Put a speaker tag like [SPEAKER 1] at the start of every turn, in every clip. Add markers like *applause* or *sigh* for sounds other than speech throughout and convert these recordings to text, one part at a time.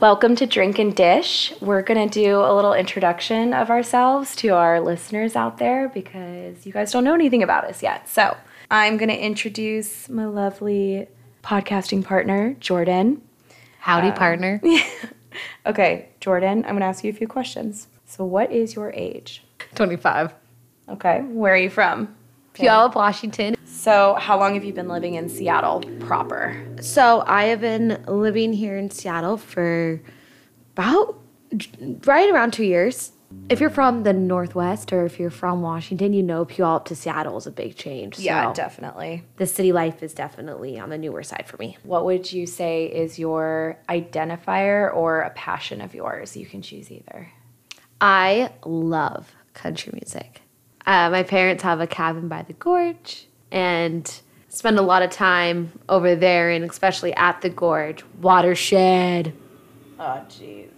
[SPEAKER 1] Welcome to Drink and Dish. We're going to do a little introduction of ourselves to our listeners out there because you guys don't know anything about us yet. So I'm going to introduce my lovely podcasting partner, Jordan. *laughs*
[SPEAKER 2] Howdy, partner.
[SPEAKER 1] Okay, Jordan, I'm going to ask you a few questions. So, what is your age?
[SPEAKER 2] 25.
[SPEAKER 1] Okay, where are you from?
[SPEAKER 2] Puyallup, Washington.
[SPEAKER 1] So, how long have you been living in Seattle proper?
[SPEAKER 3] So I have been living here in Seattle for about right around two years.
[SPEAKER 2] If you're from the Northwest or if you're from Washington, you know Puyallup to Seattle is a big change. so
[SPEAKER 1] definitely.
[SPEAKER 3] The city life is definitely on the newer side for me.
[SPEAKER 1] What would you say is your identifier or a passion of yours? You can choose either.
[SPEAKER 2] I love country music. Uh, my parents have a cabin by the gorge and spend a lot of time over there and especially at the gorge. Watershed.
[SPEAKER 1] Oh, jeez.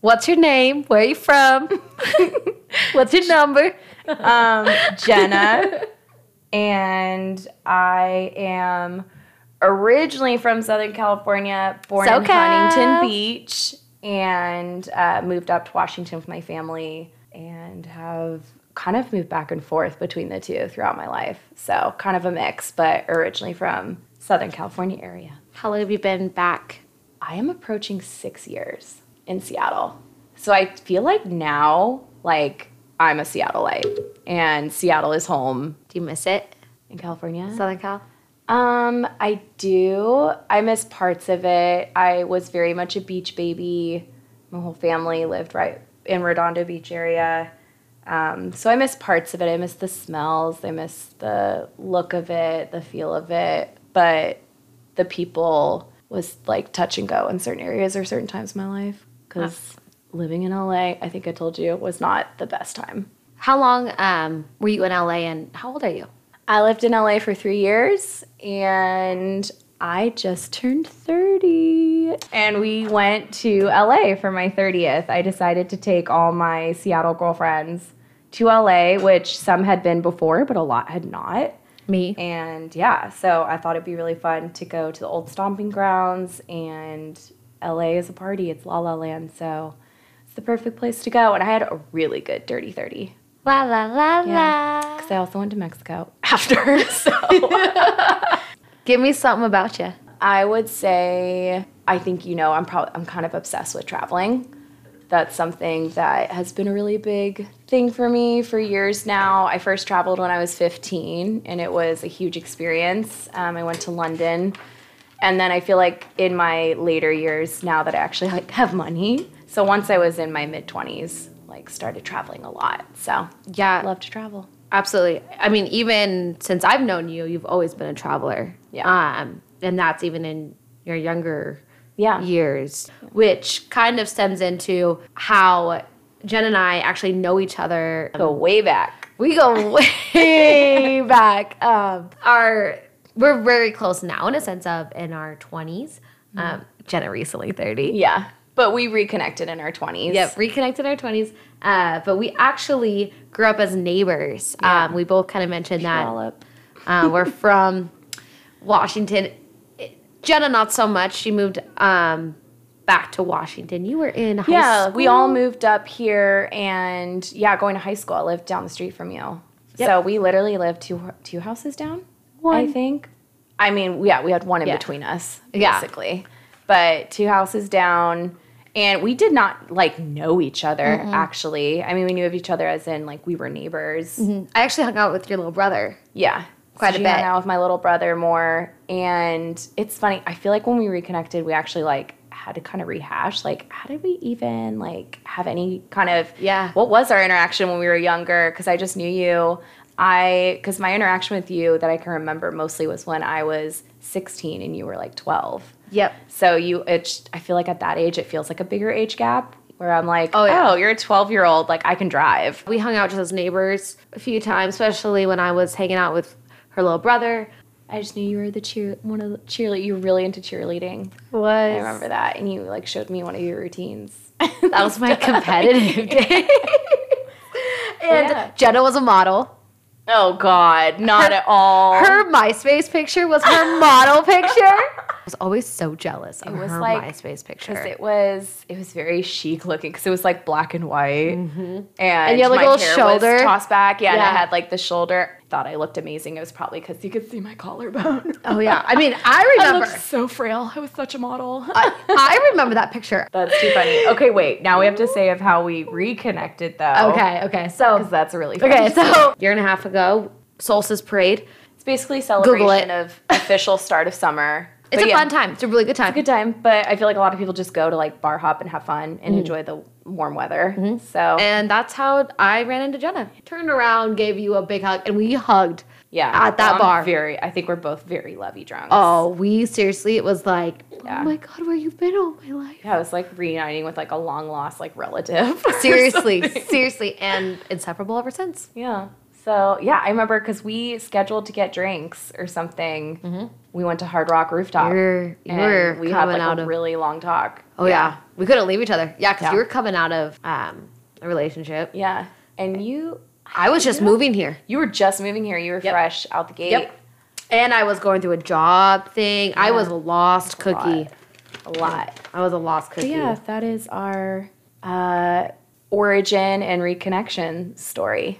[SPEAKER 2] What's your name? Where are you from? *laughs* What's your number?
[SPEAKER 1] Um, *laughs* Jenna. and I am originally from Southern California, born in
[SPEAKER 2] SoCal.
[SPEAKER 1] Huntington Beach, and uh, moved up to Washington with my family, and have kind of moved back and forth between the two throughout my life. So kind of a mix, but originally from Southern California area.
[SPEAKER 3] How long have you been back?
[SPEAKER 1] I am approaching six years in Seattle. So I feel like now, like, I'm a Seattleite, and Seattle is home
[SPEAKER 2] Do you miss it?
[SPEAKER 1] in California.
[SPEAKER 2] Southern Cal?
[SPEAKER 1] Um, I do. I miss parts of it. I was very much a beach baby. My whole family lived right in Redondo Beach area. Um, so I miss parts of it. I miss the smells. I miss the look of it, the feel of it. But the people was like touch and go in certain areas or certain times of my life. Because living in LA, I think I told you, was not the best time.
[SPEAKER 2] How long um, were you in LA and how old are you?
[SPEAKER 1] I lived in LA for three years and I just turned 30. And we went to LA for my 30th. I decided to take all my Seattle girlfriends to LA, which some had been before, but a lot had not.
[SPEAKER 2] Me.
[SPEAKER 1] And yeah, so I thought it'd be really fun to go to the old stomping grounds. And LA is a party, it's La La Land. So it's the perfect place to go. And I had a really good Dirty 30
[SPEAKER 2] La la la la.
[SPEAKER 1] because I also went to Mexico after. *laughs* So.
[SPEAKER 2] Give me something about you.
[SPEAKER 1] I would say I think you know I'm probably I'm kind of obsessed with traveling. That's something that has been a really big thing for me for years now. I first traveled when I was 15, and it was a huge experience. Um, I went to London, and then I feel like in my later years, now that I actually like have money, so once I was in my mid 20s, like started traveling a lot. So
[SPEAKER 2] Yeah,
[SPEAKER 1] I love to travel.
[SPEAKER 2] absolutely. I mean, even since I've known you, you've always been a traveler.
[SPEAKER 1] Yeah.
[SPEAKER 2] Um, and that's even in your younger
[SPEAKER 1] Yeah.
[SPEAKER 2] years, which kind of stems into how Jen and I actually know each other.
[SPEAKER 1] Go way back.
[SPEAKER 2] We go *laughs* way back. Um, our we're very close now in a sense of in our twenties. Um, Jenna recently thirty.
[SPEAKER 1] Yeah, but we reconnected in our 20s.
[SPEAKER 2] Yep, reconnected in our 20s. Uh, but we actually grew up as neighbors. Um, we both kind of mentioned that
[SPEAKER 1] Dollop.
[SPEAKER 2] uh, *laughs* we're from Washington. It- Jenna, not so much. She moved um, back to Washington. You were in high
[SPEAKER 1] Yeah,
[SPEAKER 2] school.
[SPEAKER 1] we all moved up here, and yeah, going to high school. I lived down the street from you, so we literally lived two two houses down. I
[SPEAKER 2] One.
[SPEAKER 1] think. I mean, yeah, we had one in
[SPEAKER 2] Yeah.
[SPEAKER 1] between us,
[SPEAKER 2] Yeah.
[SPEAKER 1] basically, but two houses down, and we did not like know each other. Actually, I mean, we knew of each other as in like we were neighbors.
[SPEAKER 2] I actually hung out with your little brother.
[SPEAKER 1] Yeah.
[SPEAKER 2] Quite
[SPEAKER 1] So
[SPEAKER 2] a
[SPEAKER 1] she hung
[SPEAKER 2] bit.
[SPEAKER 1] out with my little brother more. And it's funny, I feel like when we reconnected, we actually like had to kind of rehash like how did we even like have any kind of
[SPEAKER 2] Yeah.
[SPEAKER 1] what was our interaction when we were younger because i just knew you i because my interaction with you that i can remember mostly was when i was 16 and you were like 12
[SPEAKER 2] Yep.
[SPEAKER 1] so you, it's, I feel like at that age, it feels like a bigger age gap where I'm like, oh,
[SPEAKER 2] Oh, yeah.
[SPEAKER 1] you're a 12 year old. Like I can drive.
[SPEAKER 2] We hung out just as neighbors a few times, especially when I was hanging out with her little brother.
[SPEAKER 1] I just knew you were the cheer, one of the cheerlead. You were really into cheerleading.
[SPEAKER 2] Was
[SPEAKER 1] I remember that. And you like showed me one of your routines. *laughs*
[SPEAKER 2] That was my competitive day. and
[SPEAKER 1] Yeah.
[SPEAKER 2] Jenna was a model.
[SPEAKER 1] oh God, not at all.
[SPEAKER 2] Her MySpace picture was her model picture. was always so jealous of
[SPEAKER 1] It was
[SPEAKER 2] her
[SPEAKER 1] like-
[SPEAKER 2] MySpace picture.
[SPEAKER 1] Because it was it was very chic looking because it was like black and white, Mm-hmm. and,
[SPEAKER 2] And you had, like,
[SPEAKER 1] my
[SPEAKER 2] a little
[SPEAKER 1] hair
[SPEAKER 2] shoulder.
[SPEAKER 1] was tossed back. Yeah, and I
[SPEAKER 2] Yeah.
[SPEAKER 1] had like the shoulder. Thought I looked amazing. It was probably because you could see my *laughs* collarbone.
[SPEAKER 2] oh yeah,
[SPEAKER 1] *laughs*
[SPEAKER 2] I mean, I
[SPEAKER 1] I
[SPEAKER 2] remember.
[SPEAKER 1] looked so frail. I was such a model.
[SPEAKER 2] I, *laughs* I remember that picture.
[SPEAKER 1] That's too *laughs* funny. Okay, wait. Now we have to say of how we reconnected though.
[SPEAKER 2] Okay, okay, so
[SPEAKER 1] because that's really funny. *laughs*
[SPEAKER 2] okay, so year and a half ago, Solstice Parade.
[SPEAKER 1] it's basically
[SPEAKER 2] Google it.
[SPEAKER 1] celebration of official start of summer.
[SPEAKER 2] It's
[SPEAKER 1] But
[SPEAKER 2] a
[SPEAKER 1] yeah,
[SPEAKER 2] fun time. It's a really good time.
[SPEAKER 1] It's a good time, but I feel like a lot of people just go to like bar hop and have fun
[SPEAKER 2] Mm.
[SPEAKER 1] and enjoy the warm weather.
[SPEAKER 2] Mm-hmm.
[SPEAKER 1] So
[SPEAKER 2] And that's how I ran into Jenna. Turned around, gave you a big hug, and we hugged.
[SPEAKER 1] yeah,
[SPEAKER 2] at that
[SPEAKER 1] I'm
[SPEAKER 2] bar.
[SPEAKER 1] very. I think we're both very lovey drunk.
[SPEAKER 2] Oh, we seriously, it was like,
[SPEAKER 1] Yeah.
[SPEAKER 2] oh my God, where you been all my life?
[SPEAKER 1] Yeah, I was like reuniting with like a long lost like relative. *laughs* or
[SPEAKER 2] *laughs* *laughs* Seriously,
[SPEAKER 1] something.
[SPEAKER 2] seriously, and inseparable ever since.
[SPEAKER 1] Yeah. So yeah, I remember because we scheduled to get drinks or something. We went to Hard Rock Rooftop.
[SPEAKER 2] Mm-hmm. You're,
[SPEAKER 1] and
[SPEAKER 2] you're
[SPEAKER 1] we had
[SPEAKER 2] coming
[SPEAKER 1] like
[SPEAKER 2] out
[SPEAKER 1] a
[SPEAKER 2] of.
[SPEAKER 1] really long talk.
[SPEAKER 2] oh, yeah. We couldn't leave each other. Yeah, because
[SPEAKER 1] Yeah.
[SPEAKER 2] you were coming out of um, a relationship.
[SPEAKER 1] Yeah. And you
[SPEAKER 2] I was just moving here.
[SPEAKER 1] you were just moving here. You were
[SPEAKER 2] Yep.
[SPEAKER 1] fresh out the gate.
[SPEAKER 2] Yep. And I was going through a job thing. I was a lost cookie.
[SPEAKER 1] A lot.
[SPEAKER 2] I was a lost
[SPEAKER 1] But
[SPEAKER 2] cookie.
[SPEAKER 1] yeah, that is our uh, origin and reconnection story.